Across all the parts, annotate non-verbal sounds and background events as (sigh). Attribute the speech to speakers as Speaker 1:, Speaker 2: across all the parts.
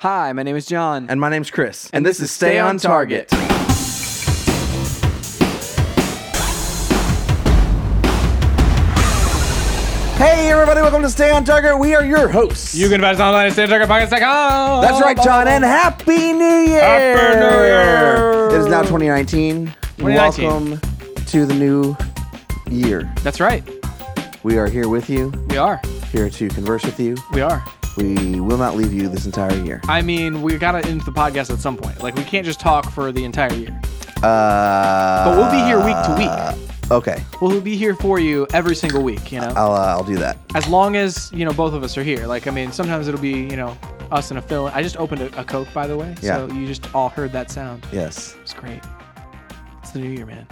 Speaker 1: Hi, my name is John.
Speaker 2: And my name's Chris. And, this, is Stay on Target. Hey, everybody, welcome to Stay on Target. We are your hosts.
Speaker 3: You can find us online at standtargetpockets.com.
Speaker 2: That's right, John, and Happy New Year!
Speaker 3: Happy New Year!
Speaker 2: It is now 2019.
Speaker 3: 2019.
Speaker 2: Welcome to the new year.
Speaker 1: That's right.
Speaker 2: We are here with you,
Speaker 1: We are.
Speaker 2: here to converse with you.
Speaker 1: We are.
Speaker 2: We will not leave you this entire year.
Speaker 1: I mean, we gotta end the podcast at some point. Like, we can't just talk for the entire year.
Speaker 2: Uh,
Speaker 1: But we'll be here week to week.
Speaker 2: Okay,
Speaker 1: We'll be here for you every single week. You know,
Speaker 2: I'll, uh, I'll do that.
Speaker 1: as long as you know both of us are here. Like, I mean, sometimes it'll be you know us and a fill. I just opened a, a coke, by the way. So
Speaker 2: Yeah.
Speaker 1: you just all heard that sound.
Speaker 2: Yes.
Speaker 1: It's great. It's the new year, man.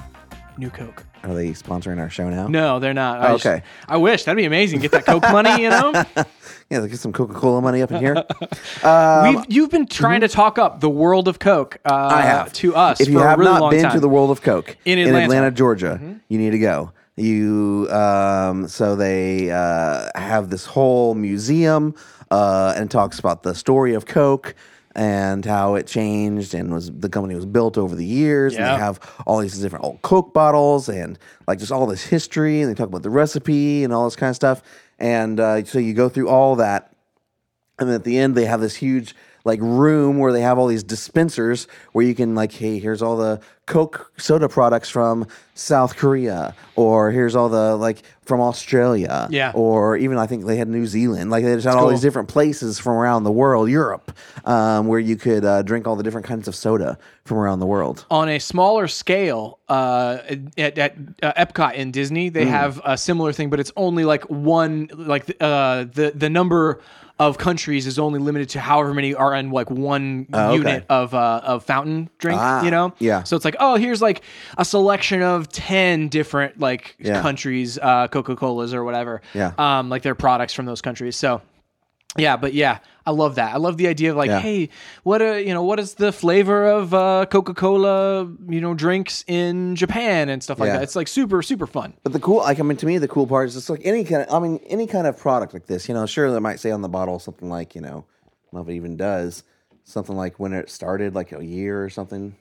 Speaker 1: New coke.
Speaker 2: Are they sponsoring our show now?
Speaker 1: No, they're not. I just-
Speaker 2: Oh, Okay.
Speaker 1: I wish that'd be amazing. Get that coke money.
Speaker 2: (laughs)
Speaker 1: You know.
Speaker 2: Yeah, let's get some Coca Cola money up in here. Um,
Speaker 1: We've, you've been trying to talk up the world of Coke uh,
Speaker 2: mm-hmm. have.
Speaker 1: to us
Speaker 2: if you
Speaker 1: for
Speaker 2: have
Speaker 1: a really
Speaker 2: not
Speaker 1: long
Speaker 2: been
Speaker 1: time.
Speaker 2: to the World of Coke
Speaker 1: In Atlanta. Mm-hmm.
Speaker 2: Georgia, you need to go. You um, so they uh, have this whole museum uh, and talks about the story of Coke and how it changed and was the company was built over the years. And
Speaker 1: Yeah.
Speaker 2: they have all these different old Coke bottles and like just all this history. And they talk about the recipe and all this kind of stuff. And uh, so you go through all that and then at the end they have this huge like room where they have all these dispensers where you can like hey here's all the coke soda products from south korea or here's all the like from australia
Speaker 1: Yeah.
Speaker 2: or even i think they had new zealand like they just had all
Speaker 1: cool.
Speaker 2: these different places from around the world europe um, where you could uh, drink all the different kinds of soda from around the world
Speaker 1: on a smaller scale, uh, at, at uh, Epcot in Disney,
Speaker 2: Mm.
Speaker 1: they have a similar thing, but it's only like one, like uh, the the number of countries is only limited to however many are in like one
Speaker 2: Oh, okay.
Speaker 1: unit of uh, of fountain drink.
Speaker 2: Ah,
Speaker 1: you know,
Speaker 2: yeah.
Speaker 1: So it's like, oh, here's like a selection of ten different like
Speaker 2: Yeah.
Speaker 1: countries, uh, Coca Colas or whatever.
Speaker 2: Yeah.
Speaker 1: um, like their products from those countries. So yeah, but yeah, I love that. I love the idea of like,
Speaker 2: Yeah.
Speaker 1: hey, what a you know, what is the flavor of uh, Coca Cola, you know, drinks in Japan and stuff like
Speaker 2: Yeah.
Speaker 1: that. It's like super, super fun.
Speaker 2: But the cool, like, I mean, to me, the cool part is it's like any kind of, I mean, any kind of product like this, you know, sure, they might say on the bottle something like, you know, I don't know if it even does, something like when it started, like a year or something.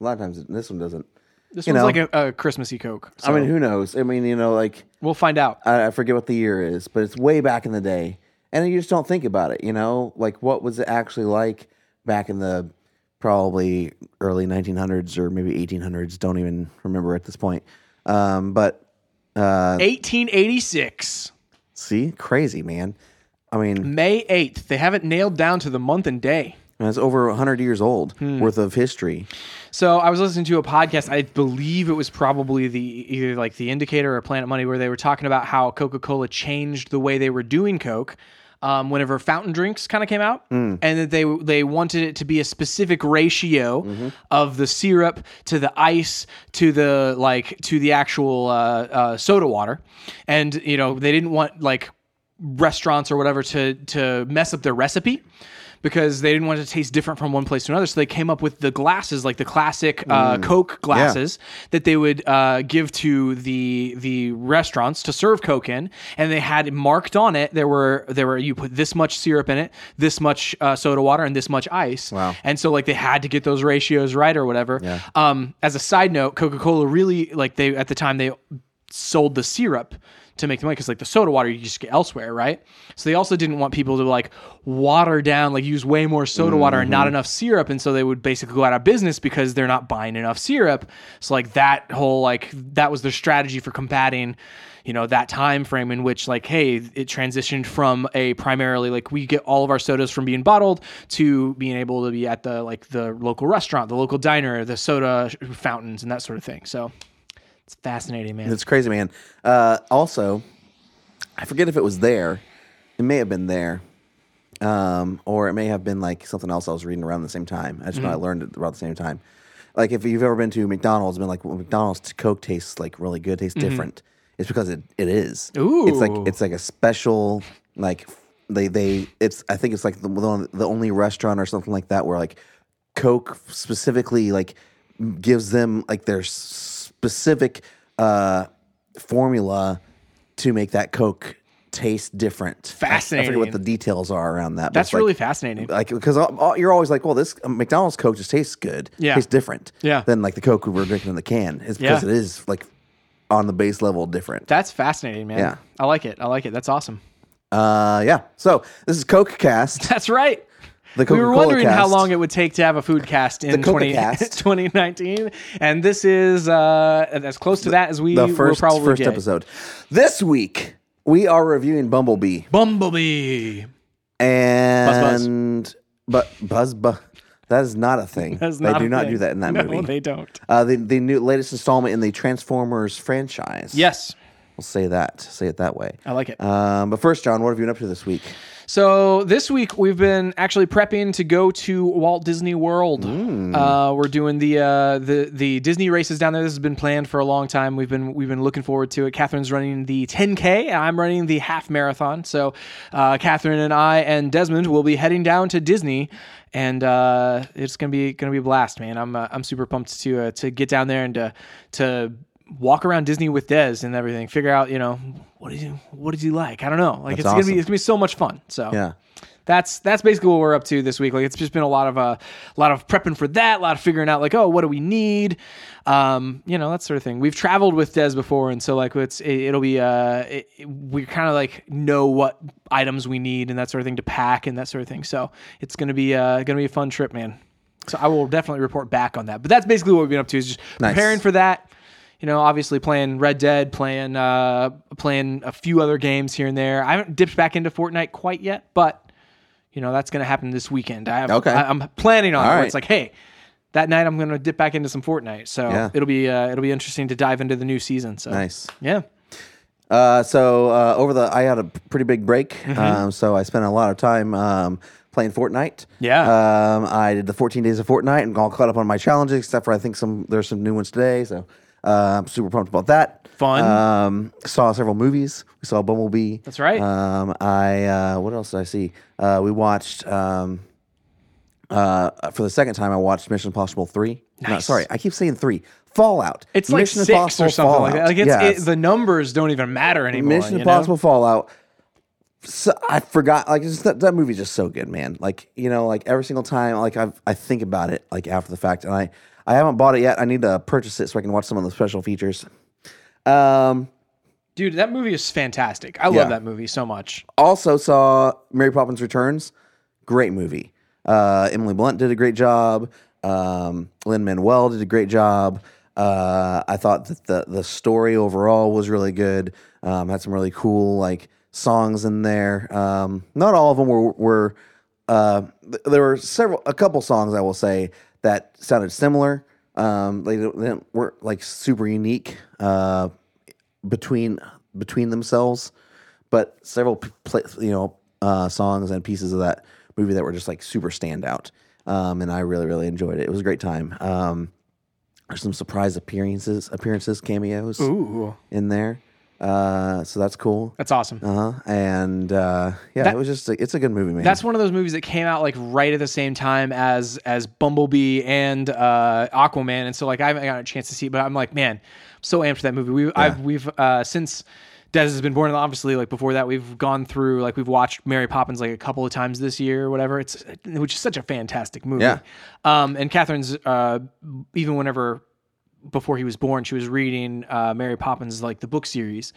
Speaker 2: A lot of times, it- this one doesn't.
Speaker 1: This
Speaker 2: You
Speaker 1: one's
Speaker 2: know.
Speaker 1: like a, a Christmassy Coke. So
Speaker 2: I mean, who knows? I mean, you know, like,
Speaker 1: we'll find out.
Speaker 2: I, I forget what the year is, but it's way back in the day. And you just don't think about it, you know? Like, what was it actually like back in the probably early 1900s or maybe 1800s? Don't even remember at this point. Um, but uh,
Speaker 1: 1886,
Speaker 2: see, crazy, man. I mean,
Speaker 1: May 8th. They have it nailed down to the month and day.
Speaker 2: And it's over 100 years old worth of history.
Speaker 1: So I was listening to a podcast. I believe it was probably the either like the Indicator or Planet Money, where they were talking about how Coca Cola changed the way they were doing Coke. Um, whenever fountain drinks kind of came out, and that they they wanted it to be a specific ratio of the syrup to the ice to the like to the actual uh, uh, soda water, and you know they didn't want like restaurants or whatever to to mess up their recipe because they didn't want it to taste different from one place to another. So they came up with the glasses, like the classic uh,
Speaker 2: Mm.
Speaker 1: Coke glasses that they would uh, give to the the restaurants to serve Coke in, and they had marked on it there were there were you put this much syrup in it, this much uh, soda water, and this much ice.
Speaker 2: Wow.
Speaker 1: And so like they had to get those ratios right or whatever.
Speaker 2: Yeah.
Speaker 1: Um, as a side note, Coca Cola really like they at the time they sold the syrup to make the money because like the soda water you just get elsewhere, right? So they also didn't want people to like water down, like use way more soda water and
Speaker 2: Mm-hmm.
Speaker 1: not enough syrup, and so they would basically go out of business because they're not buying enough syrup. So like that whole like that was their strategy for combating you know that time frame in which like hey it transitioned from a primarily like we get all of our sodas from being bottled to being able to be at the like the local restaurant the local diner the soda sh- fountains and that sort of thing so it's fascinating man
Speaker 2: It's crazy, man. Uh, also, I forget if it was there. It may have been there. Um, or it may have been like something else I was reading around the same time. I just know I learned it around the same time. Like if you've ever been to McDonald's, been like well, McDonald's t- Coke tastes like really good, tastes different. It's because it, it is. It's like
Speaker 1: Ooh.
Speaker 2: it's like a special like they they it's I think it's like the one- the only restaurant or something like that where like Coke specifically like gives them like their s- specific uh formula to make that Coke taste different. I
Speaker 1: Fascinating.
Speaker 2: forget what the details are around that. but
Speaker 1: That's
Speaker 2: it's like-
Speaker 1: really fascinating.
Speaker 2: like because all- all- you're always like, well, this McDonald's Coke just tastes good.
Speaker 1: Yeah.
Speaker 2: tastes different.
Speaker 1: Yeah.
Speaker 2: than like the Coke we were drinking in the can. It's because
Speaker 1: Yeah.
Speaker 2: it is like on the base level different.
Speaker 1: That's fascinating, man.
Speaker 2: Yeah.
Speaker 1: I like it. I like it. That's awesome. (laughs)
Speaker 2: Uh, yeah. So this is Coke Cast.
Speaker 1: That's right.
Speaker 2: The
Speaker 1: we were
Speaker 2: Coca-Cola
Speaker 1: wondering how
Speaker 2: cast.
Speaker 1: long it would take to have a food cast in 20, (laughs)
Speaker 2: Coca-Cast.
Speaker 1: 2019, and this is uh, as close to that as we
Speaker 2: The first
Speaker 1: will probably
Speaker 2: first
Speaker 1: get.
Speaker 2: episode. This week we are reviewing Bumblebee
Speaker 1: Bumblebee. buzz.
Speaker 2: and but buzz buzz. That is not a thing.
Speaker 1: That's
Speaker 2: they
Speaker 1: not
Speaker 2: do
Speaker 1: a
Speaker 2: not
Speaker 1: thing.
Speaker 2: do that in that
Speaker 1: no,
Speaker 2: movie.
Speaker 1: they don't.
Speaker 2: uh, the, the new latest installment in the Transformers franchise.
Speaker 1: Yes,
Speaker 2: We'll say that. Say it that way.
Speaker 1: I like it.
Speaker 2: Um, but first, John, what have you been up to this week?
Speaker 1: So this week we've been actually prepping to go to Walt Disney World. Uh, we're doing the uh, the the Disney races down there. This has been planned for a long time. We've been we've been looking forward to it. Catherine's running the 10k, and I'm running the half marathon. So uh, Catherine and I and Desmond will be heading down to Disney, and uh, it's gonna be gonna be a blast, man. I'm uh, I'm super pumped to uh, to get down there and to to walk around Disney with Des and everything. Figure out, you know, what is he, what does he like? I don't know. Like it's gonna
Speaker 2: awesome.
Speaker 1: be it's gonna be so much fun. So
Speaker 2: Yeah.
Speaker 1: that's that's basically what we're up to this week. Like it's just been a lot of uh, a lot of prepping for that, a lot of figuring out like oh what do we need, um, you know that sort of thing. We've traveled with Des before, and so like it's it, it'll be uh it, it- we kind of like know what items we need and that sort of thing to pack and that sort of thing. So it's gonna be uh gonna be a fun trip, man. So I will definitely report back on that. But that's basically what we've been up to is just preparing for that. You know, obviously playing Red Dead, playing uh playing a few other games here and there. I haven't dipped back into Fortnite quite yet, but you know that's going to happen this weekend. I have,
Speaker 2: Okay.
Speaker 1: I, I'm planning on it.
Speaker 2: All
Speaker 1: where
Speaker 2: right.
Speaker 1: It's like, hey, that night I'm going to dip back into some Fortnite. So
Speaker 2: Yeah.
Speaker 1: it'll be uh, it'll be interesting to dive into the new season. So
Speaker 2: Nice.
Speaker 1: yeah,
Speaker 2: Uh, so uh, over the, I had a pretty big break.
Speaker 1: Mm-hmm.
Speaker 2: Um, so I spent a lot of time um, playing Fortnite.
Speaker 1: Yeah.
Speaker 2: Um, I did the 14 days of Fortnite and all caught up on my challenges, except for I think some there's some new ones today. So uh, I'm super pumped about that.
Speaker 1: Fun.
Speaker 2: Um, saw several movies. We saw Bumblebee.
Speaker 1: That's right.
Speaker 2: Um, I uh, what else did I see? Uh, we watched. Um, uh, for the second time, I watched Mission Impossible Three. No,
Speaker 1: Nice.
Speaker 2: sorry, I keep saying three. Fallout.
Speaker 1: it's like
Speaker 2: Mission
Speaker 1: six or something like that.
Speaker 2: Fallout.
Speaker 1: Like it's
Speaker 2: Yeah,
Speaker 1: it, the numbers don't even matter anymore.
Speaker 2: Mission
Speaker 1: you know?
Speaker 2: Impossible Fallout. So I forgot. Like it's- that, that movie's just so good, man. Like you know, like every single time, like I I think about it like after the fact, and I I haven't bought it yet. I need to purchase it so I can watch some of the special features. Um.
Speaker 1: dude. That movie is fantastic. I
Speaker 2: Yeah.
Speaker 1: love that movie so much.
Speaker 2: Also saw Mary Poppins Returns. Great movie. Uh, Emily Blunt did a great job. Um, Lynn Manuel did a great job. Uh, I thought that the the story overall was really good. Um, had some really cool like songs in there. Um, not all of them were were. Uh, th- there were several, a couple songs I will say that sounded similar. Um, they, don't- they don't- weren't like super unique. Uh, between between themselves, but several p- pla you know uh, songs and pieces of that movie that were just like super standout. Um, and I really really enjoyed it. It was a great time. Um, there's some surprise appearances, appearances, cameos
Speaker 1: Ooh,
Speaker 2: in there. Uh, so that's cool.
Speaker 1: that's awesome.
Speaker 2: Uh huh. And uh, yeah, it was just a, it's a good movie, man.
Speaker 1: That's one of those movies that came out like right at the same time as as Bumblebee and uh, Aquaman, and so like I haven't gotten a chance to see it, but I'm like, man, I'm so amped for that movie. We I've we've uh, since Des has been born, and obviously like before that, we've gone through like we've watched Mary Poppins like a couple of times this year or whatever. It's which is such a fantastic movie.
Speaker 2: Yeah.
Speaker 1: Um, and Catherine's uh, even whenever before he was born, she was reading uh, Mary Poppins like the book series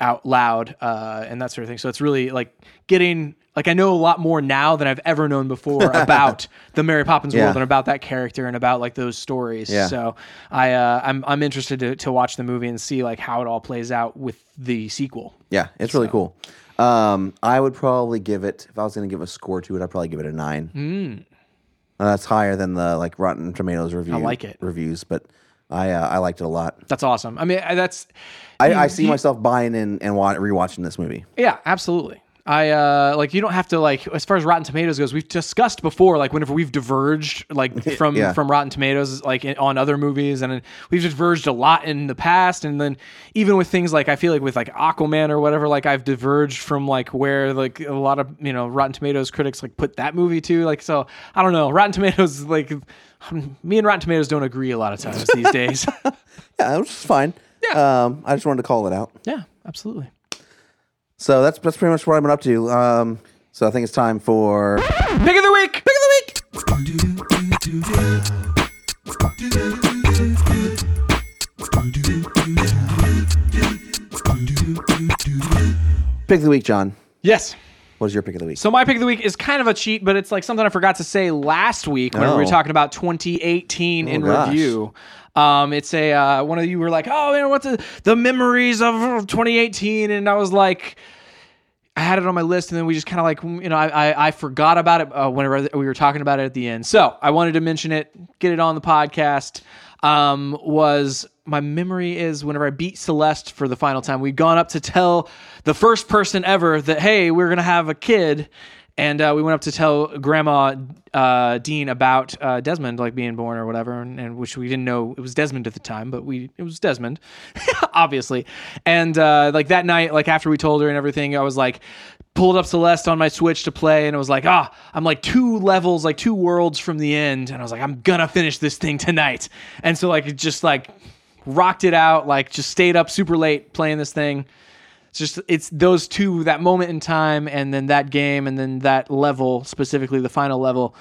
Speaker 1: out loud uh, and that sort of thing. So it's really like getting like I know a lot more now than I've ever known before
Speaker 2: (laughs)
Speaker 1: about the Mary Poppins
Speaker 2: Yeah.
Speaker 1: world and about that character and about like those stories.
Speaker 2: Yeah.
Speaker 1: So I uh, I'm I'm interested to, to watch the movie and see like how it all plays out with the sequel.
Speaker 2: yeah, it's really cool. Um, I would probably give it if I was going to give a score to it, I'd probably give it a nine.
Speaker 1: Hmm.
Speaker 2: Uh, that's higher than the like Rotten Tomatoes review. I
Speaker 1: like it.
Speaker 2: reviews, but I uh, I liked it a lot.
Speaker 1: That's awesome. I mean I- that's
Speaker 2: I,
Speaker 1: you-
Speaker 2: I see
Speaker 1: you-
Speaker 2: myself buying in and wa- rewatching this movie.
Speaker 1: Yeah, absolutely. I uh like you don't have to like as far as Rotten Tomatoes goes. We've discussed before like whenever we've diverged (laughs) like from
Speaker 2: Yeah.
Speaker 1: from Rotten Tomatoes like in, on other movies and we've diverged a lot in the past and then even with things like I feel like with like Aquaman or whatever like I've diverged from like where like a lot of you know Rotten Tomatoes critics like put that movie to like so I don't know Rotten Tomatoes like me and Rotten Tomatoes don't agree a lot of times these (laughs) days.
Speaker 2: Yeah, it was fine.
Speaker 1: Yeah.
Speaker 2: Um, I just wanted to call it out.
Speaker 1: Yeah, absolutely.
Speaker 2: So that's that's pretty much what I've been up to. Um, so I think it's time for
Speaker 1: Pick of the week. Pick of the week.
Speaker 2: pick of the week, John.
Speaker 1: Yes.
Speaker 2: What is your pick of the week?
Speaker 1: So my pick of the week is kind of a cheat, but it's like something I forgot to say last week when we
Speaker 2: Oh.
Speaker 1: were talking about 2018 in
Speaker 2: Oh, gosh.
Speaker 1: review. Um, it's a uh, one of you were like, oh man, what's the, the memories of 2018? And I was like, I had it on my list, and then we just kind of like, you know, I, I, I forgot about it uh, whenever we were talking about it at the end. So I wanted to mention it, get it on the podcast. Um, was my memory is whenever I beat Celeste for the final time, we'd gone up to tell the first person ever that hey, we're gonna have a kid, and uh, we went up to tell Grandma uh, Dean about uh, Desmond like being born or whatever, and, and which we didn't know it was Desmond at the time, but we it was Desmond, (laughs) obviously. And uh, like that night, like after we told her and everything, I was like pulled up Celeste on my Switch to play, and it was like ah, I'm like two levels, like two worlds from the end, and I was like I'm gonna finish this thing tonight, and so like it just like rocked it out, like just stayed up super late playing this thing. It's just it's those two that moment in time and then that game and then that level specifically the final level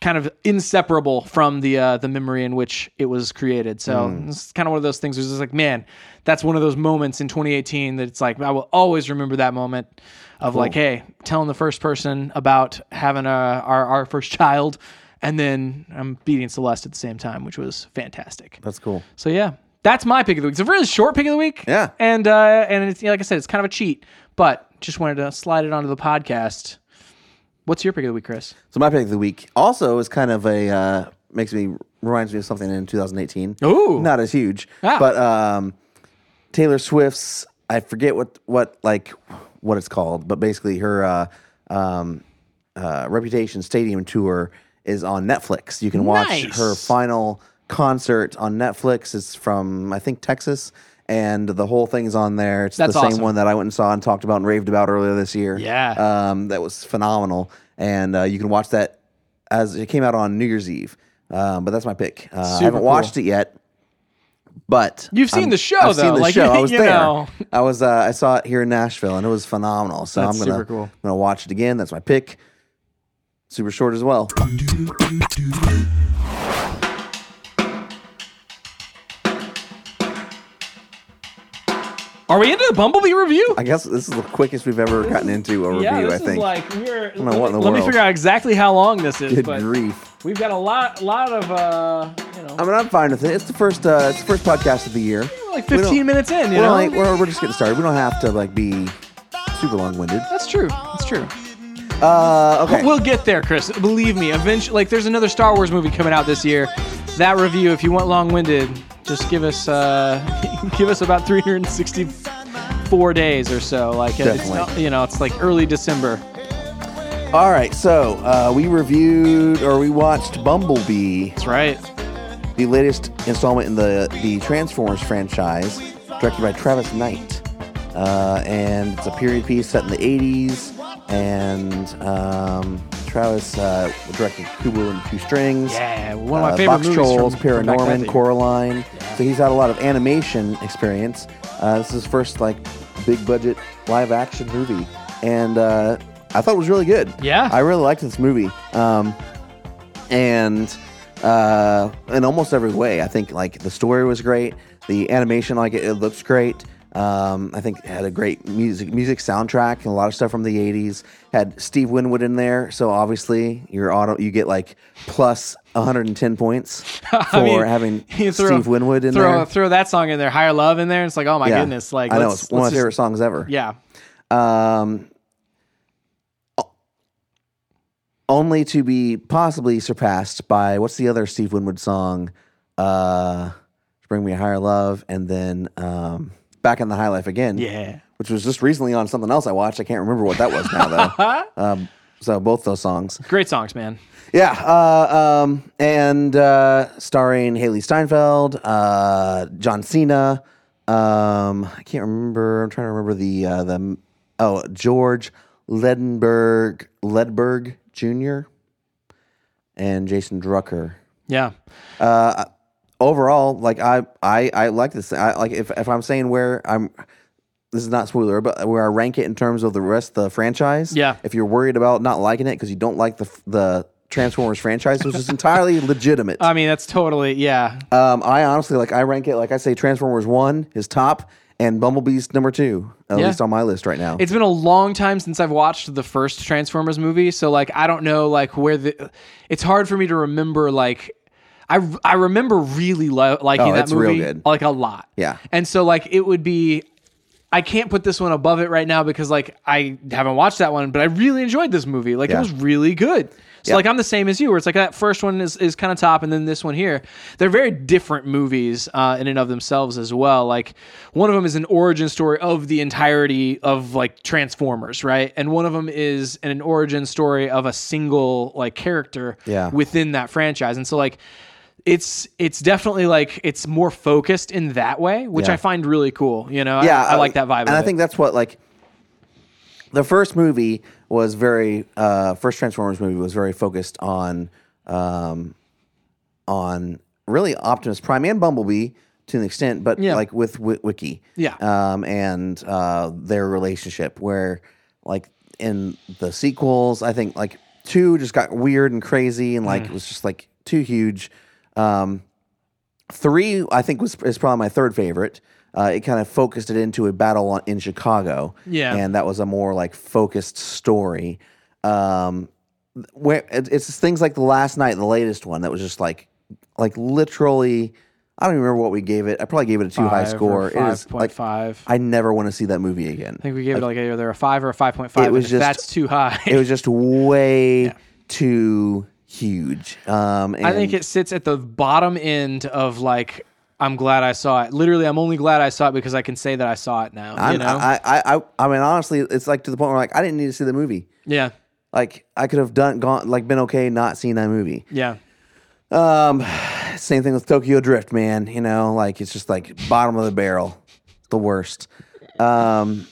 Speaker 1: kind of inseparable from the uh, the memory in which it was created. So it's kind of one of those things. Where it's just like, man, that's one of those moments in 2018 that it's like I will always remember that moment of like, hey, telling the first person about having a, our our first (laughs) child, and then I'm beating Celeste at the same time, which was fantastic.
Speaker 2: that's cool.
Speaker 1: So yeah, that's my pick of the week. It's a really short pick of the week.
Speaker 2: Yeah.
Speaker 1: and uh, and it's like I said, it's kind of a cheat, but just wanted to slide it onto the podcast. What's your pick of the week, Chris?
Speaker 2: So my pick of the week also is kind of a uh, makes me reminds me of something in 2018.
Speaker 1: Ooh.
Speaker 2: not as huge,
Speaker 1: Ah.
Speaker 2: but um, Taylor Swift's I forget what what like what it's called, but basically her uh, um, uh, Reputation Stadium tour is on Netflix. You can watch
Speaker 1: Nice.
Speaker 2: her final concert on Netflix. It's from I think Texas. And the whole thing's on there. It's
Speaker 1: That's
Speaker 2: the same
Speaker 1: awesome.
Speaker 2: one that I went and saw and talked about and raved about earlier this year
Speaker 1: Yeah.
Speaker 2: um, that was phenomenal, and uh, you can watch that as it came out on New Year's Eve. Um, but that's my pick. Uh, I
Speaker 1: Super
Speaker 2: haven't watched it yet, but
Speaker 1: You've seen the show,
Speaker 2: I've
Speaker 1: though.
Speaker 2: Seen the
Speaker 1: Like, (laughs)
Speaker 2: show. I was
Speaker 1: you
Speaker 2: there.
Speaker 1: know.
Speaker 2: I was. Uh, I saw it here in Nashville, and it was phenomenal. So
Speaker 1: That's
Speaker 2: I'm gonna
Speaker 1: super cool.
Speaker 2: I'm gonna watch it again. That's my pick. Super short as well.
Speaker 1: Are we into the Bumblebee review?
Speaker 2: I guess this is the quickest we've ever gotten into a review.
Speaker 1: yeah, this
Speaker 2: I
Speaker 1: is
Speaker 2: think.
Speaker 1: like we're.
Speaker 2: know what in the
Speaker 1: let me
Speaker 2: world.
Speaker 1: figure out exactly how long this is,
Speaker 2: Good
Speaker 1: but
Speaker 2: grief.
Speaker 1: we've got a lot, lot of uh, you know,
Speaker 2: I mean, I'm fine with it. It's the first. Uh, it's the first podcast of the year.
Speaker 1: like
Speaker 2: We don't-
Speaker 1: 15 minutes in. You
Speaker 2: We're,
Speaker 1: know,
Speaker 2: only, we're, we're just getting started. We don't have to like be super long-winded.
Speaker 1: that's true. That's true.
Speaker 2: Uh, okay.
Speaker 1: We'll get there, Chris. Believe me. Eventually, like there's another Star Wars movie coming out this year. That review, if you want long-winded, just give us uh, (laughs) give us about 364 days or so. Like it's
Speaker 2: Definitely.
Speaker 1: not, you know, it's like early December.
Speaker 2: All right, so uh, we reviewed or we watched Bumblebee,
Speaker 1: That's right.
Speaker 2: the latest installment in the the Transformers franchise, directed by Travis Knight, uh, and it's a period piece set in the '80s. And um, Travis uh, directed Kubo and the Two Strings,
Speaker 1: Yeah, one of my
Speaker 2: uh,
Speaker 1: favorite
Speaker 2: Box
Speaker 1: movies
Speaker 2: Trolls,
Speaker 1: from, from back then.
Speaker 2: Paranorman, Coraline. So he's had a lot of animation experience. Uh, this is his first like big budget live action movie, and uh, I thought it was really good.
Speaker 1: Yeah.
Speaker 2: I really liked this movie, um, and uh, in almost every way, I think like the story was great, the animation like it, it looks great. Um, I think it had a great music music soundtrack and a lot of stuff from the '80s. Had Steve Winwood in there, so obviously your auto you get like plus 110 points for
Speaker 1: (laughs) I mean,
Speaker 2: having
Speaker 1: you throw-
Speaker 2: Steve Winwood in
Speaker 1: throw,
Speaker 2: there.
Speaker 1: Throw that song in there, Higher Love in there. It's like, oh my goodness, like
Speaker 2: I know
Speaker 1: let's-
Speaker 2: it's one of my
Speaker 1: let's just-
Speaker 2: favorite songs ever.
Speaker 1: Yeah,
Speaker 2: um, o- only to be possibly surpassed by what's the other Steve Winwood song? Uh, Bring Me a Higher Love, and then um, Back in the High Life again.
Speaker 1: Yeah.
Speaker 2: which was just recently on something else I watched. I can't remember what that was now though. um, so both those songs.
Speaker 1: great songs, man.
Speaker 2: Yeah, uh, um, and uh, starring Haley Steinfeld, uh, John Cena. Um, I can't remember. I'm trying to remember the uh, the oh George Ledenberg Ledberg Jr. and Jason Drucker.
Speaker 1: Yeah,
Speaker 2: Overall, like I I I like this. I like if if I'm saying where I'm. this is not spoiler, but where I rank it in terms of the rest of the franchise.
Speaker 1: Yeah.
Speaker 2: If you're worried about not liking it because you don't like the f- the Transformers franchise, which
Speaker 1: (laughs)
Speaker 2: is entirely legitimate.
Speaker 1: I mean, that's totally yeah.
Speaker 2: Um, I honestly like I rank it like I say Transformers one is top and Bumblebee's number two at
Speaker 1: Yeah.
Speaker 2: least on my list right now.
Speaker 1: It's been a long time since I've watched the first Transformers movie, so like I don't know like where the. It's hard for me to remember like. I, I remember really lo-
Speaker 2: Oh,
Speaker 1: liking that
Speaker 2: it's real
Speaker 1: movie
Speaker 2: good.
Speaker 1: like a lot.
Speaker 2: Yeah.
Speaker 1: And so like it would be I can't put this one above it right now because like I haven't watched that one, but I really enjoyed this movie. Like it
Speaker 2: Yeah.
Speaker 1: was really good. So like I'm the same as you, where it's like that first one is, is kind of top, and then this one here. They're very different movies uh, in and of themselves as well. Like one of them is an origin story of the entirety of like Transformers, right? And one of them is an origin story of a single like character
Speaker 2: Yeah.
Speaker 1: within that franchise. And so like it's it's definitely like it's more focused in that way, which
Speaker 2: Yeah.
Speaker 1: I find really cool. You know, I- I, like that vibe.
Speaker 2: and
Speaker 1: of
Speaker 2: I
Speaker 1: it.
Speaker 2: think that's what like the first movie was very uh, first Transformers movie was very focused on um, on really Optimus Prime and Bumblebee to an extent, but
Speaker 1: Yeah.
Speaker 2: like with w- Wiki,
Speaker 1: Yeah.
Speaker 2: um, and uh, their relationship where like in the sequels, I think like two just got weird and crazy and like
Speaker 1: Mm.
Speaker 2: it was just like too huge. Um, Three, I think, was is probably my third favorite. Uh, it kind of focused it into a battle on, in Chicago,
Speaker 1: Yeah.
Speaker 2: and that was a more like focused story. Um, where it, it's just things like the last night, the latest one that was just like, like literally, I don't even remember what we gave it. I probably gave it a too high
Speaker 1: Five
Speaker 2: score.
Speaker 1: or
Speaker 2: It is like
Speaker 1: 5.5.
Speaker 2: I never want to see that movie again.
Speaker 1: I think we gave it like either a five or a five point five.
Speaker 2: It was
Speaker 1: and if
Speaker 2: just-
Speaker 1: that's too high.
Speaker 2: It was just way too huge. Um,
Speaker 1: (laughs) I think it sits at the bottom end of like. I'm glad I saw it. Literally, I'm only glad I saw it because I can say that I saw it now.
Speaker 2: I'm,
Speaker 1: you know,
Speaker 2: I, I, I, I mean, honestly, it's like to the point where like I didn't need to see the movie.
Speaker 1: yeah,
Speaker 2: like I could have done gone like been okay not seeing that movie.
Speaker 1: yeah.
Speaker 2: Um, same thing with Tokyo Drift, man. You know, like it's just like bottom of the barrel, the worst. Um,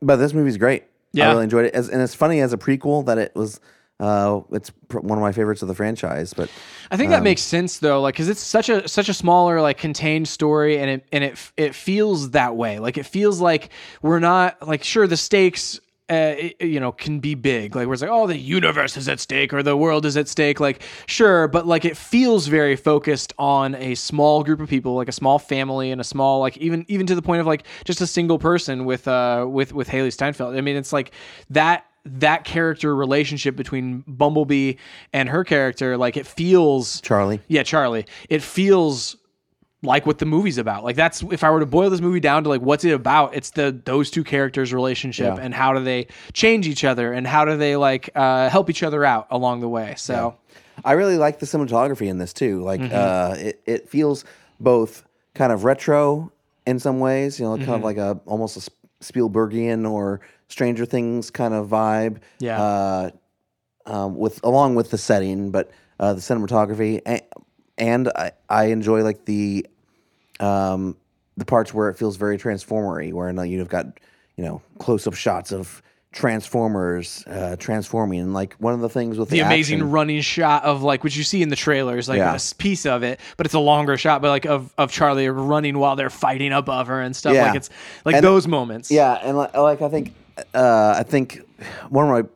Speaker 2: but this movie's great.
Speaker 1: Yeah.
Speaker 2: I really enjoyed it, as, and it's funny as a prequel that it was. Uh, it's pr- one of my favorites of the franchise, but
Speaker 1: I think that makes sense though, like because it's such a such a smaller, like contained story, and it and it f- it feels that way. Like it feels like we're not like sure the stakes. Uh, it- you know, can be big. Like, where it's like, oh, the universe is at stake or the world is at stake. Like, sure, but like it feels very focused on a small group of people, like a small family and a small, like even even to the point of like just a single person with uh with with Haley Steinfeld. I mean, it's like that that character relationship between Bumblebee and her character, like it feels
Speaker 2: Charlie.
Speaker 1: yeah, Charlie. It feels like what the movie's about. Like that's if I were to boil this movie down to like what's it about? It's the those two characters' relationship and how do they change each other and how do they like uh, help each other out along the way. So
Speaker 2: I really like the cinematography in this too. Like
Speaker 1: Mm-hmm.
Speaker 2: uh, it, it feels both kind of retro in some ways, you know, kind
Speaker 1: Mm-hmm.
Speaker 2: of like a almost a Sp- Spielbergian or Stranger Things kind of vibe.
Speaker 1: Yeah.
Speaker 2: Uh, um, with along with the setting, but uh, the cinematography, and, and I, I enjoy like the um, the parts where it feels very transformery, where now you've got you know close up shots of transformers uh, transforming, and like one of the things with the,
Speaker 1: the amazing
Speaker 2: action-
Speaker 1: running shot of like what you see in the trailers, like
Speaker 2: Yeah.
Speaker 1: a s- piece of it, but it's a longer shot, but like of of Charlie running while they're fighting above her and stuff.
Speaker 2: Yeah.
Speaker 1: Like it's like
Speaker 2: And-
Speaker 1: those moments.
Speaker 2: Yeah, and like, like I think, uh, I think one of my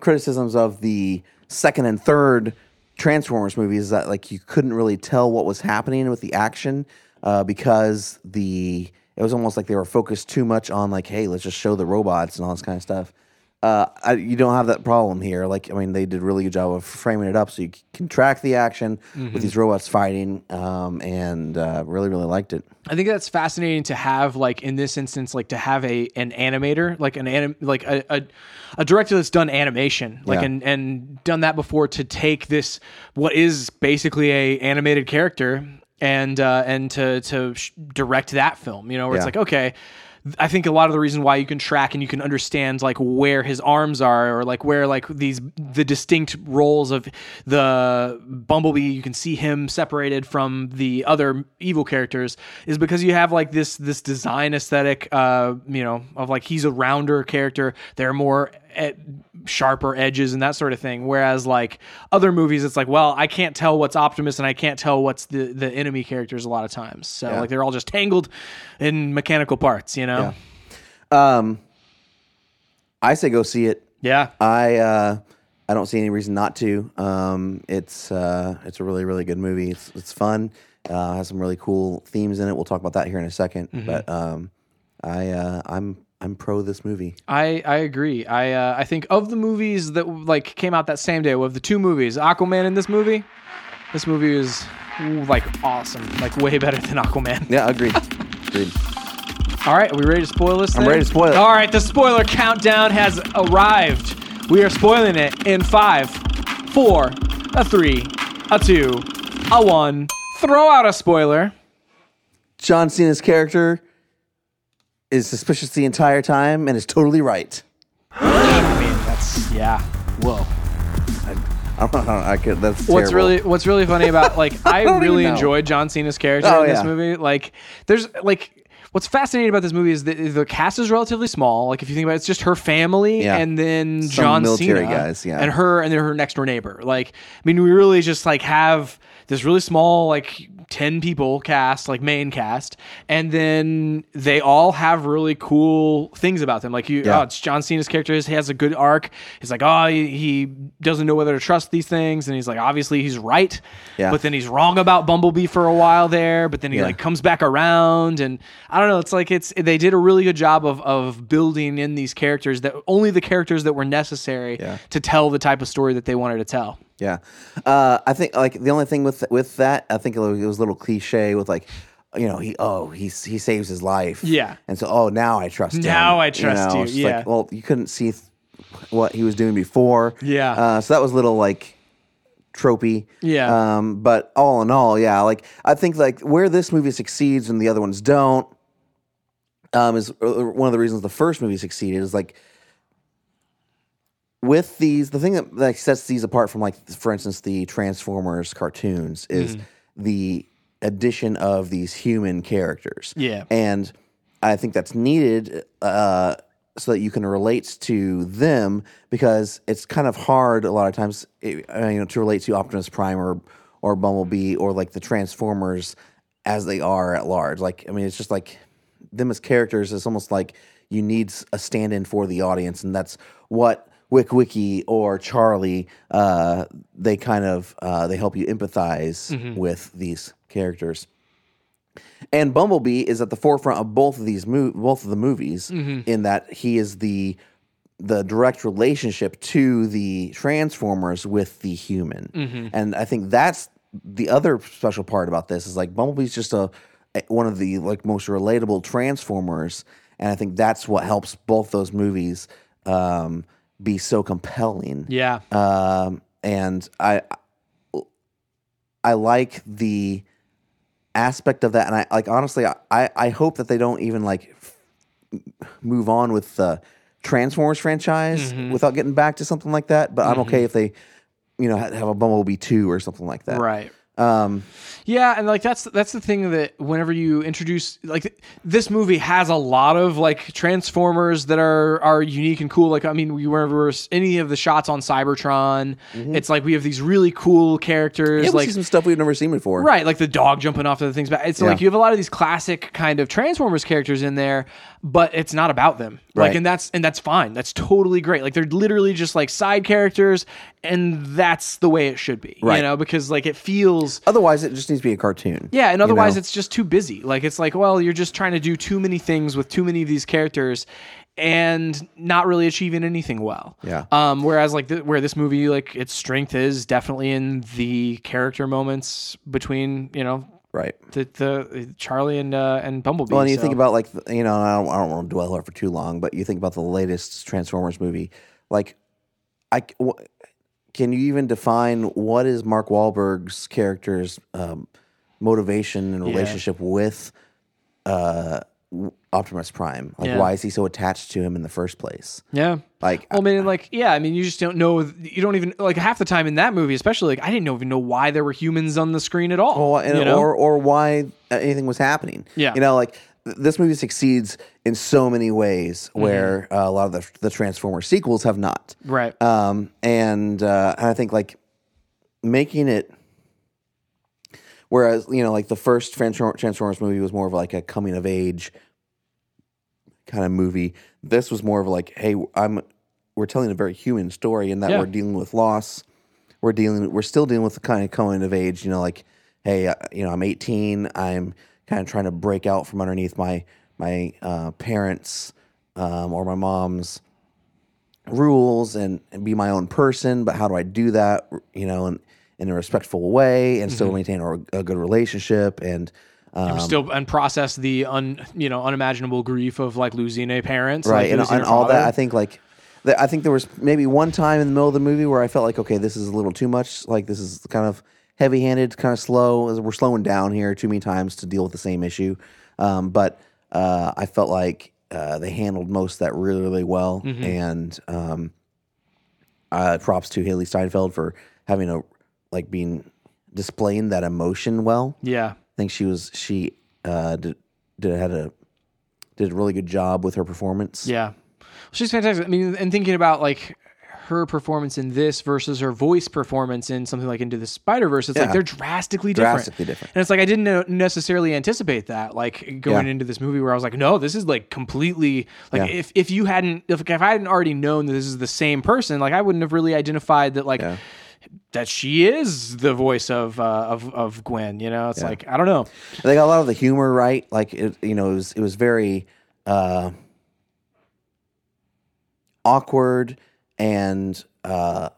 Speaker 2: criticisms of the second and third Transformers movies is that like you couldn't really tell what was happening with the action uh, because the it was almost like they were focused too much on like, hey, let's just show the robots and all this kind of stuff. Uh, I, you don't have that problem here. Like, I mean, they did a really good job of framing it up so you c- can track the action with these robots fighting, um, and uh, really, really liked it.
Speaker 1: I think that's fascinating to have like in this instance like to have a an animator like an anim like a, a, a director that's done animation like
Speaker 2: Yeah.
Speaker 1: and and done that before to take this what is basically a animated character and uh, and to to sh- direct that film you know where it's
Speaker 2: Yeah.
Speaker 1: like okay I think a lot of the reason why you can track and you can understand like where his arms are or like where like these the distinct roles of the Bumblebee you can see him separated from the other evil characters is because you have like this this design aesthetic uh you know of like he's a rounder character they're more at sharper edges and that sort of thing whereas like other movies it's like well I can't tell what's Optimus and I can't tell what's the the enemy characters a lot of times so like they're all just tangled in mechanical parts you know
Speaker 2: Um, I say go see it.
Speaker 1: Yeah.
Speaker 2: I uh, I don't see any reason not to. Um, it's uh, it's a really really good movie. It's it's fun. Uh, has some really cool themes in it. We'll talk about that here in a 2nd
Speaker 1: Mm-hmm.
Speaker 2: But um, I uh, I'm I'm pro this movie.
Speaker 1: I, I agree. I uh, I think of the movies that like came out that same day, of the two movies, Aquaman and this movie, this movie is ooh, like awesome, like way better than Aquaman.
Speaker 2: Yeah, agreed. agreed.
Speaker 1: All right, are we ready to spoil this? I'm
Speaker 2: ready to spoil it.
Speaker 1: All right, the spoiler countdown has arrived. We are spoiling it in five, four, a three, a two, a one. Throw out a spoiler.
Speaker 2: John Cena's character is suspicious the entire time and is totally right. (laughs)
Speaker 1: I mean, that's yeah. Whoa.
Speaker 2: I don't know. I could. That's
Speaker 1: What's
Speaker 2: terrible.
Speaker 1: really what's really
Speaker 2: (laughs)
Speaker 1: funny about like I,
Speaker 2: don't even
Speaker 1: really
Speaker 2: know.
Speaker 1: enjoyed John Cena's character
Speaker 2: Oh,
Speaker 1: in this
Speaker 2: yeah.
Speaker 1: movie. Like there's like what's fascinating about this movie is that the cast is relatively small. Like if you think about it, it's just her family
Speaker 2: Yeah.
Speaker 1: and then
Speaker 2: Some
Speaker 1: John
Speaker 2: military
Speaker 1: Cena
Speaker 2: guys, yeah.
Speaker 1: and her and then her next door neighbor. Like I mean we really just like have this really small like 10 people cast like main cast and then they all have really cool things about them like you
Speaker 2: Yeah.
Speaker 1: oh, it's John Cena's character is he has a good arc. He's like, oh, he, he doesn't know whether to trust these things, and he's like, obviously he's right,
Speaker 2: Yeah.
Speaker 1: but then he's wrong about Bumblebee for a while there, but then he
Speaker 2: Yeah.
Speaker 1: like comes back around, and I don't know. It's like it's they did a really good job of of building in these characters that only the characters that were necessary
Speaker 2: Yeah.
Speaker 1: to tell the type of story that they wanted to tell.
Speaker 2: Yeah, uh, I think like the only thing with with that, I think it was it was a little cliche with like, you know, he oh he he saves his life.
Speaker 1: Yeah.
Speaker 2: and so oh now I trust him.
Speaker 1: Now I trust you,
Speaker 2: it's
Speaker 1: yeah.
Speaker 2: like, well, you couldn't see th- what he was doing before.
Speaker 1: Yeah.
Speaker 2: uh, so that was a little like tropey.
Speaker 1: Yeah.
Speaker 2: um, but all in all, yeah, like I think like where this movie succeeds and the other ones don't. Um, is uh, one of the reasons the first movie succeeded is like with these the thing that like sets these apart from like for instance the transformers cartoons is the addition of these human characters
Speaker 1: Yeah.
Speaker 2: and i think that's needed uh, so that you can relate to them because it's kind of hard a lot of times it, uh, you know to relate to optimus prime or or bumblebee or like the transformers as they are at large like i mean it's just like them as characters it's almost like you need s- a stand-in for the audience and that's what wick wiki or charlie uh, they kind of uh, they help you empathize with these characters and Bumblebee is at the forefront of both of these mo- both of the movies in that he is the the direct relationship to the Transformers with the human, and I think that's the other special part about this is like Bumblebee's just a one of the like most relatable Transformers, and I think that's what helps both those movies um, be so compelling
Speaker 1: Yeah,
Speaker 2: um, and I I like the aspect of that, and I like honestly, I I hope that they don't even like f- move on with the Transformers franchise
Speaker 1: Mm-hmm.
Speaker 2: without getting back to something like that. But I'm okay if they, you know, ha- have a Bumblebee two or something like that.
Speaker 1: right.
Speaker 2: Um,
Speaker 1: Yeah, and like that's that's the thing that whenever you introduce like th- this movie has a lot of like transformers that are are unique and cool. Like I mean, we were s- any of the shots on Cybertron, it's like we have these really cool characters.
Speaker 2: Mm-hmm. yeah, we
Speaker 1: like
Speaker 2: see some stuff we've never seen before.
Speaker 1: Right, like the dog jumping off of the things. But it's like you have a lot of these classic kind of Transformers characters in there, but it's not about them. Like,
Speaker 2: Right.
Speaker 1: and that's and that's fine. That's totally great. Like they're literally just like side characters, and that's the way it should be. You
Speaker 2: Right.
Speaker 1: know, because like it feels
Speaker 2: Otherwise, it just needs to be a cartoon.
Speaker 1: yeah, and
Speaker 2: you
Speaker 1: otherwise
Speaker 2: know?
Speaker 1: it's just too busy. Like it's like, well, you're just trying to do too many things with too many of these characters and not really achieving anything well.
Speaker 2: Yeah.
Speaker 1: Um whereas like th- where this movie like its strength is definitely in the character moments between, you know,
Speaker 2: right.
Speaker 1: the, the Charlie and uh, and Bumblebee.
Speaker 2: Well, and you
Speaker 1: so-
Speaker 2: think about like th- you know, and I don't, I don't want to dwell here for too long, but you think about the latest Transformers movie. Like, I c- wh- can you even define what is Mark Wahlberg's character's um, motivation and relationship with uh, w- Optimus Prime? Like,
Speaker 1: Yeah.
Speaker 2: why is he so attached to him in the first place?
Speaker 1: yeah.
Speaker 2: Like,
Speaker 1: Well, I mean, like, yeah, I mean, you just don't know. You don't even like half the time in that movie, especially. Like, I didn't even know why there were humans on the screen at all.
Speaker 2: Well, and,
Speaker 1: you know?
Speaker 2: or or why anything was happening.
Speaker 1: Yeah.
Speaker 2: you know, like th- this movie succeeds in so many ways
Speaker 1: Mm-hmm.
Speaker 2: where uh, a lot of the, the Transformer sequels have not.
Speaker 1: Right.
Speaker 2: Um, and uh, I think like making it. Whereas you know, like the first Transform- Transformers movie was more of like a coming of age kind of movie. This was more of like, hey, I'm we're telling a very human story in that
Speaker 1: Yeah.
Speaker 2: we're dealing with loss. We're dealing we're still dealing with the kind of coming of age, you know, like hey, uh, you know, I'm 18, I'm kind of trying to break out from underneath my my uh, parents um, or my mom's rules and, and be my own person, but how do I do that, you know, in, in a respectful way and still maintain a, a good relationship and um,
Speaker 1: still and process the un you know unimaginable grief of like losing a parent,
Speaker 2: right
Speaker 1: like
Speaker 2: and,
Speaker 1: losing
Speaker 2: and
Speaker 1: a
Speaker 2: all that
Speaker 1: father.
Speaker 2: i think like th- i think there was maybe one time in the middle of the movie where i felt like okay this is a little too much like this is kind of heavy handed kind of slow we're slowing down here too many times to deal with the same issue um, but uh, i felt like uh, they handled most of that really really well
Speaker 1: Mm-hmm.
Speaker 2: and um, uh, props to haley steinfeld for having a like being displaying that emotion well
Speaker 1: yeah,
Speaker 2: I think she was she uh, did, did had a did a really good job with her performance.
Speaker 1: yeah. She's fantastic. I mean, and thinking about like her performance in this versus her voice performance in something like Into the Spider Verse, it's like
Speaker 2: Yeah.
Speaker 1: they're drastically different.
Speaker 2: Drastically different.
Speaker 1: And it's like I didn't know- necessarily anticipate that, like going
Speaker 2: Yeah.
Speaker 1: into this movie where I was like, no, this is like completely like
Speaker 2: Yeah.
Speaker 1: if if you hadn't if, if I hadn't already known that this is the same person, like I wouldn't have really identified that like. That she is the voice of uh, of of Gwen, you know. It's like I don't know.
Speaker 2: They got a lot of the humor right. Like it, you know, it was it was very uh, awkward and uh,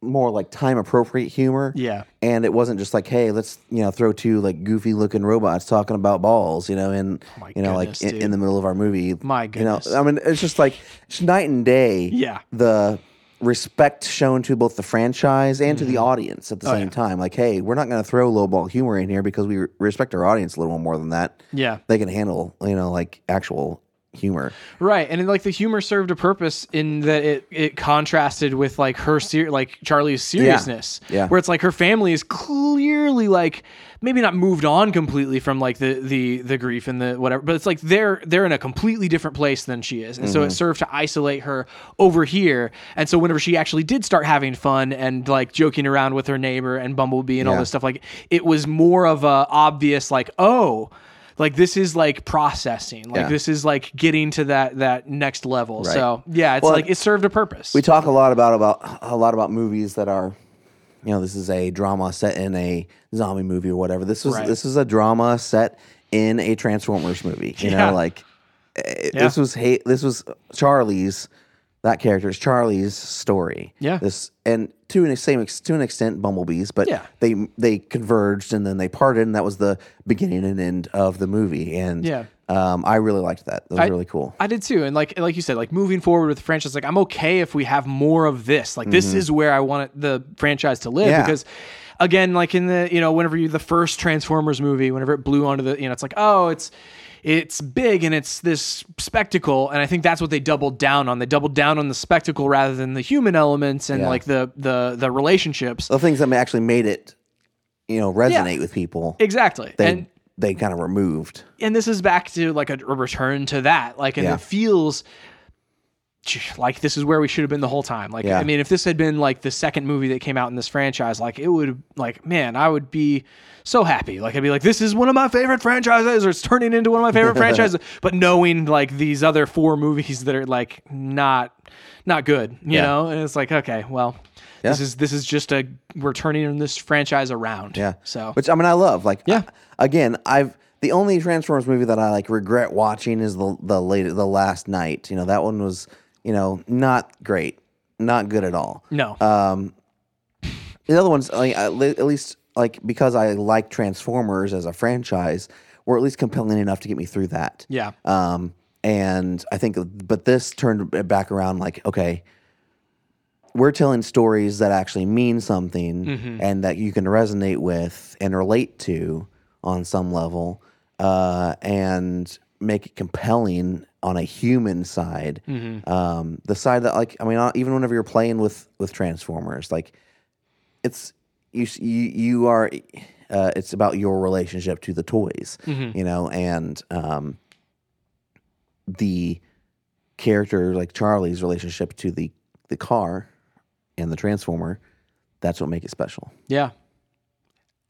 Speaker 2: more like time appropriate humor.
Speaker 1: Yeah,
Speaker 2: And it wasn't just like, hey, let's you know throw two like goofy looking robots talking about balls, you know, and
Speaker 1: Oh my
Speaker 2: you know
Speaker 1: goodness,
Speaker 2: like in,
Speaker 1: dude.
Speaker 2: in the middle of our movie.
Speaker 1: My goodness.
Speaker 2: you know, um, I mean, it's just like it's night and day.
Speaker 1: yeah,
Speaker 2: the respect shown to both the franchise and to the audience at the same time. Like, hey, we're not going to throw lowball humor in here because we re- respect our audience a little more than that.
Speaker 1: yeah.
Speaker 2: They can handle, you know, like actual humor.
Speaker 1: Right, and then, like the humor served a purpose in that it it contrasted with like her ser- like Charlie's seriousness,
Speaker 2: Yeah.
Speaker 1: where it's like her family is clearly like maybe not moved on completely from like the the the grief and the whatever, but it's like they're they're in a completely different place than she is, and
Speaker 2: Mm-hmm.
Speaker 1: so it served to isolate her over here, and so whenever she actually did start having fun and like joking around with her neighbor and Bumblebee and all
Speaker 2: Yeah.
Speaker 1: this stuff, like it was more of a obvious like oh. Like this is like processing. Like
Speaker 2: Yeah.
Speaker 1: this is like getting to that that next level. So yeah, it's
Speaker 2: Well,
Speaker 1: like it served a purpose.
Speaker 2: We talk a lot about about a lot about movies that are, you know, this is a drama set in a zombie movie or whatever. This was
Speaker 1: Right.
Speaker 2: this is a drama set in a Transformers movie. You
Speaker 1: Yeah.
Speaker 2: know, like eh,
Speaker 1: Yeah.
Speaker 2: this was hey, this was Charlie's that character's Charlie's story.
Speaker 1: Yeah.
Speaker 2: This and to an same ex- to an extent Bumblebee's, but
Speaker 1: Yeah.
Speaker 2: they they converged and then they parted and that was the beginning and end of the movie. And
Speaker 1: Yeah.
Speaker 2: um, I really liked that. That was
Speaker 1: I-
Speaker 2: really cool.
Speaker 1: I did too, and like like you said, like moving forward with the franchise, like I'm okay if we have more of this. Like this is where I want it, the franchise to live
Speaker 2: Mm-hmm. Yeah.
Speaker 1: because. Again, like in the you know, whenever you the first Transformers movie, whenever it blew onto the you know, it's like oh, it's it's big and it's this spectacle, and I think that's what they doubled down on. They doubled down on the spectacle rather than the human elements and
Speaker 2: Yeah.
Speaker 1: like the the the relationships.
Speaker 2: the things that actually made it, you know, resonate with people.
Speaker 1: Exactly,
Speaker 2: they
Speaker 1: and
Speaker 2: they kind of removed.
Speaker 1: and this is back to like a, a return to that like and
Speaker 2: Yeah.
Speaker 1: it feels ch- like this is where we should have been the whole time like
Speaker 2: Yeah.
Speaker 1: i mean if this had been like the second movie that came out in this franchise like it would like man i would be so happy like i'd be like this is one of my favorite franchises or it's turning into one of my
Speaker 2: (laughs)
Speaker 1: favorite franchises but knowing like these other four movies that are like not not good you
Speaker 2: Yeah.
Speaker 1: know and it's like okay well this is this is just a we're turning this franchise around
Speaker 2: Yeah.
Speaker 1: so
Speaker 2: which I mean, I love. Like,
Speaker 1: Yeah.
Speaker 2: I- again, I've the only Transformers movie that I like regret watching is the the late the last night. You know, that one was you know not great, not good at all.
Speaker 1: no
Speaker 2: the other ones like, at le- at least like because i like transformers as a franchise were at least compelling enough to get me through that
Speaker 1: Yeah.
Speaker 2: um and i think but this turned it back around like okay we're telling stories that actually mean something and that you can resonate with and relate to on some level uh, and make it compelling on a human side um, the side that like i mean uh, even whenever you're playing with with transformers like it's you s- you you are uh, it's about your relationship to the toys you know and um the character like charlie's relationship to the the car and the transformer that's what make it special
Speaker 1: yeah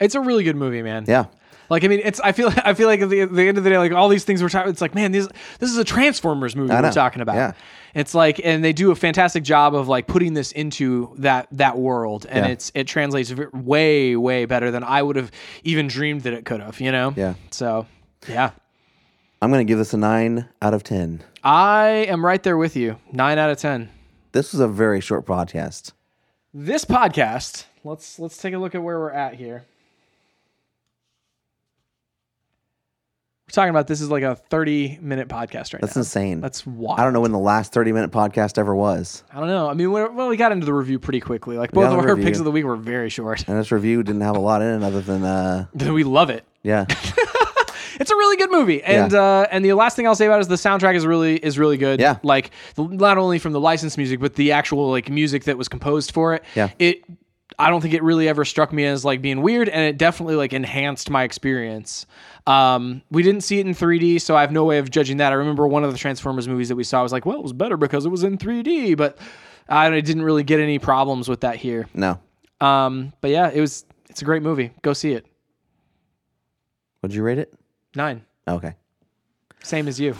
Speaker 1: it's a really good movie man
Speaker 2: yeah
Speaker 1: Like I mean, it's I feel (laughs) I feel like at the, at the end of the day, like all these things we're talking, it's like man, this this is a Transformers movie
Speaker 2: I
Speaker 1: we're
Speaker 2: know.
Speaker 1: talking about.
Speaker 2: Yeah.
Speaker 1: It's like, and they do a fantastic job of like putting this into that that world, and
Speaker 2: Yeah.
Speaker 1: it's it translates v- way way better than I would have even dreamed that it could have. You know.
Speaker 2: Yeah.
Speaker 1: So, yeah,
Speaker 2: I'm going to give this a nine out of 10.
Speaker 1: I am right there with you. Nine out of ten.
Speaker 2: This was a very short podcast.
Speaker 1: This podcast. Let's let's take a look at where we're at here. We're talking about this is like a thirty minute podcast right
Speaker 2: That's
Speaker 1: now.
Speaker 2: insane.
Speaker 1: That's wild.
Speaker 2: I don't know when the last 30 minute podcast ever was.
Speaker 1: I don't know. I mean, we're, well, we got into the review pretty quickly. Like both
Speaker 2: got
Speaker 1: of
Speaker 2: the
Speaker 1: our
Speaker 2: review.
Speaker 1: picks of the week were very short. (laughs)
Speaker 2: And this review didn't have a lot in it other than, uh,
Speaker 1: we love it.
Speaker 2: yeah.
Speaker 1: It's a really good movie, and
Speaker 2: Yeah.
Speaker 1: uh, and the last thing I'll say about it is the soundtrack is really is really good.
Speaker 2: Yeah.
Speaker 1: like the, not only from the licensed music, but the actual like music that was composed for it.
Speaker 2: Yeah.
Speaker 1: it. I don't think it really ever struck me as like being weird, and it definitely like enhanced my experience. Um, we didn't see it in 3D, so I have no way of judging that. I remember one of the Transformers movies that we saw. I was like, well, it was better because it was in 3D, but I didn't really get any problems with that here.
Speaker 2: No.
Speaker 1: Um, but yeah, it was. It's a great movie. Go see it.
Speaker 2: Would you rate it?
Speaker 1: Nine,
Speaker 2: Okay.
Speaker 1: same as you.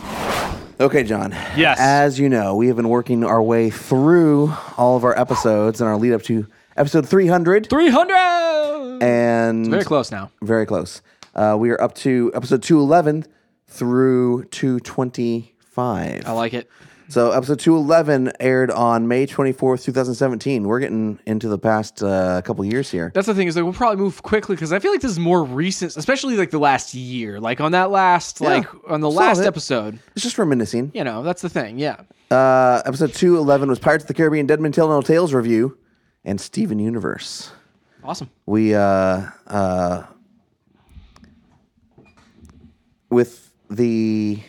Speaker 2: Okay, John.
Speaker 1: Yes.
Speaker 2: As you know, we have been working our way through all of our episodes and our lead up to episode 300.
Speaker 1: 300.
Speaker 2: And
Speaker 1: Very close now.
Speaker 2: Very close. Uh, we are up to episode 211 through 225.
Speaker 1: I like it.
Speaker 2: So episode 211 aired on May 24th, 2017. We're getting into the past uh, couple years here.
Speaker 1: That's the thing is like we'll probably move quickly because I feel like this is more recent, especially like the last year. Like on that last, like on the
Speaker 2: Solid.
Speaker 1: last episode,
Speaker 2: It's just reminiscing.
Speaker 1: you know, that's the thing. Yeah,
Speaker 2: Uh, episode 211 was Pirates of the Caribbean, Dead Men Tell No Tales review, and Steven Universe.
Speaker 1: awesome.
Speaker 2: We, uh, uh, with the,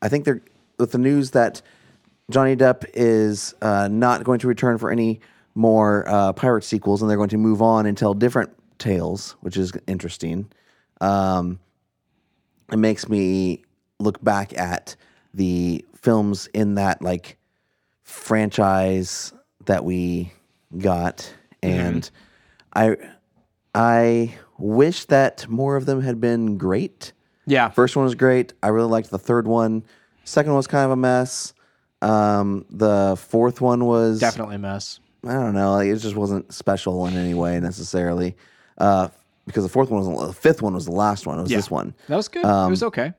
Speaker 2: I think they're, with the news that Johnny Depp is uh, not going to return for any more uh, pirate sequels and they're going to move on and tell different tales, which is interesting. Um, it makes me look back at the films in that like franchise that we got and i i wish that more of them had been great
Speaker 1: Yeah,
Speaker 2: first one was great i really liked the third one second one was kind of a mess um the fourth one was
Speaker 1: definitely a mess.
Speaker 2: I don't know. Like, it just wasn't special in any way necessarily. Uh, because the fourth one was the fifth one was the last one. It was
Speaker 1: Yeah.
Speaker 2: this one.
Speaker 1: That was good. it was okay.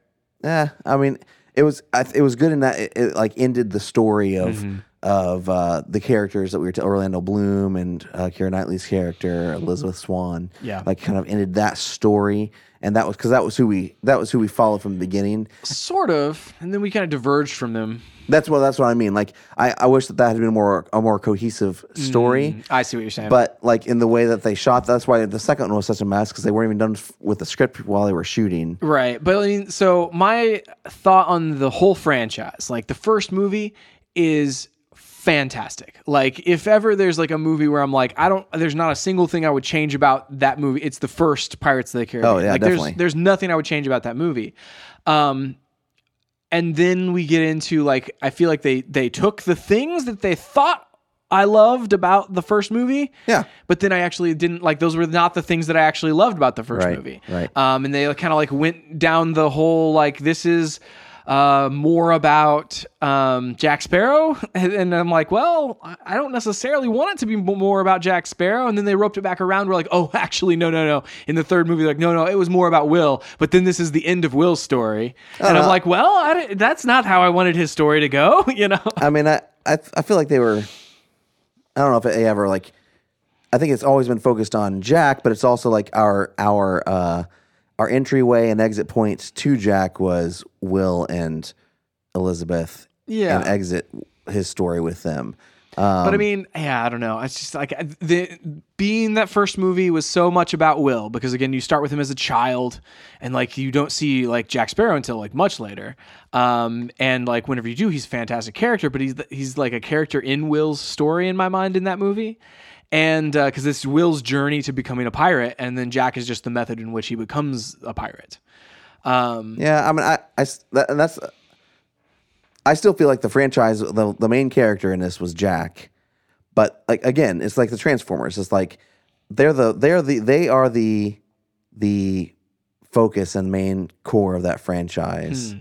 Speaker 2: Yeah, Eh, I mean, it was I, th- it was good in that it, it like ended the story of of uh, the characters that we were t- Orlando Bloom and uh, Keira Knightley's character Elizabeth Swan.
Speaker 1: Yeah.
Speaker 2: like kind of ended that story, and that was because that was who we that was who we followed from the beginning.
Speaker 1: Sort of, and then we kind of diverged from them.
Speaker 2: That's what that's what I mean. Like I, I wish that that had been more a more cohesive story.
Speaker 1: I see what you're saying.
Speaker 2: But like in the way that they shot, that's why the second one was such a mess because they weren't even done f- with the script while they were shooting.
Speaker 1: Right. But I mean, so my thought on the whole franchise, like the first movie is fantastic. Like if ever there's like a movie where I'm like, I don't there's not a single thing I would change about that movie. It's the first Pirates of the Caribbean.
Speaker 2: Oh, yeah,
Speaker 1: like
Speaker 2: definitely.
Speaker 1: there's there's nothing I would change about that movie. Um and then we get into like I feel like they they took the things that they thought I loved about the first movie.
Speaker 2: Yeah.
Speaker 1: But then I actually didn't like those were not the things that I actually loved about the first
Speaker 2: Right,
Speaker 1: movie.
Speaker 2: right.
Speaker 1: Um, and they kind of like went down the whole like this is uh, more about um, Jack Sparrow, (laughs) and, and I'm like, well, I I don't necessarily want it to be m- more about Jack Sparrow. And then they roped it back around. We're like, oh, (laughs) actually, no, no, no. In the third movie, like, no, no, it was more about Will. But then this is the end of Will's story, and
Speaker 2: Uh-huh.
Speaker 1: I'm like, well, I di- that's not how I wanted his story to go. (laughs) You know?
Speaker 2: I mean, I, I I feel like they were. I don't know if they ever like. I think it's always been focused on Jack, but it's also like our our uh our entryway and exit points to Jack was Will and Elizabeth.
Speaker 1: Yeah.
Speaker 2: and exit his story with them.
Speaker 1: But I mean, yeah, I don't know. It's just like I- the being that first movie was so much about Will because again, you start with him as a child, and like you don't see like Jack Sparrow until like much later. Um, and like whenever you do, he's a fantastic character, but he's he's like a character in Will's story in my mind in that movie. And because it's Will's journey to becoming a pirate, and then Jack is just the method in which he becomes a pirate. Um,
Speaker 2: Yeah, I mean, I, I s- that, and that's. I still feel like the franchise, the the main character in this was Jack, but like again, it's like the Transformers. It's like they're the they're the they are the the focus and main core of that franchise.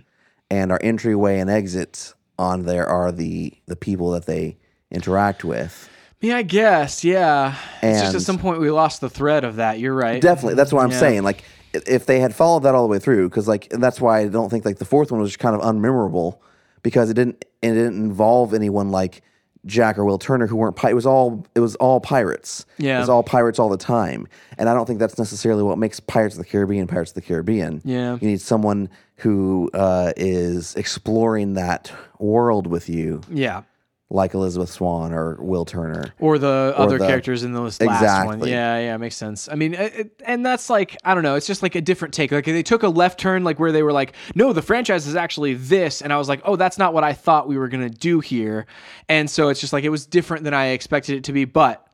Speaker 2: And our entryway and exits on there are the the people that they interact with.
Speaker 1: Yeah, I guess. Yeah. it's just at
Speaker 2: And-
Speaker 1: some point we lost the thread of that. You're right.
Speaker 2: Definitely, that's what I'm saying. Like i- if they had followed that all the way through, because like and that's why I don't think like the fourth one was just kind of unmemorable because it didn't it didn't involve anyone like Jack or Will Turner who weren't pi- it was all it was all pirates.
Speaker 1: Yeah.
Speaker 2: it was all pirates all the time, and I don't think that's necessarily what makes Pirates of the Caribbean Pirates of the Caribbean.
Speaker 1: Yeah.
Speaker 2: you need someone who uh, is exploring that world with you,
Speaker 1: yeah.
Speaker 2: like Elizabeth Swan or Will Turner.
Speaker 1: Or the other
Speaker 2: the-
Speaker 1: characters in the last one.
Speaker 2: Exactly.
Speaker 1: Yeah, yeah, makes sense. I mean, it, it- and that's like, I don't know, it's just like a different take. Like they took a left turn, like where they were like, no, the franchise is actually this. And I was like, oh, that's not what I thought we were going to do here. And so it's just like, it was different than I expected it to be. But